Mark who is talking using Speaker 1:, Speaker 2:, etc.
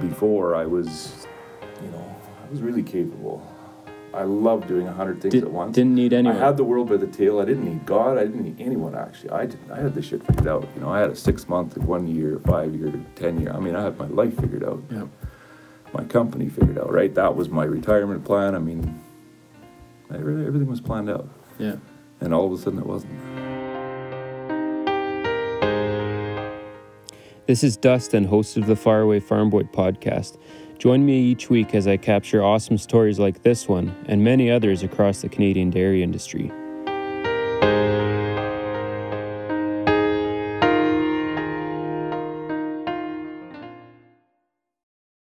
Speaker 1: before I was, you know, I was really capable. I loved doing a hundred things
Speaker 2: Did,
Speaker 1: at once.
Speaker 2: not need anyone.
Speaker 1: I had the world by the tail. I didn't need God. I didn't need anyone actually. I did, I had this shit figured out. You know, I had a six month, one year, five year, ten year. I mean, I had my life figured out.
Speaker 2: yeah.
Speaker 1: My company figured out. Right. That was my retirement plan. I mean, I really, everything was planned out.
Speaker 2: Yeah.
Speaker 1: And all of a sudden, it wasn't.
Speaker 2: This is Dustin, host of the Faraway Farm Boy podcast. Join me each week as I capture awesome stories like this one and many others across the Canadian dairy industry.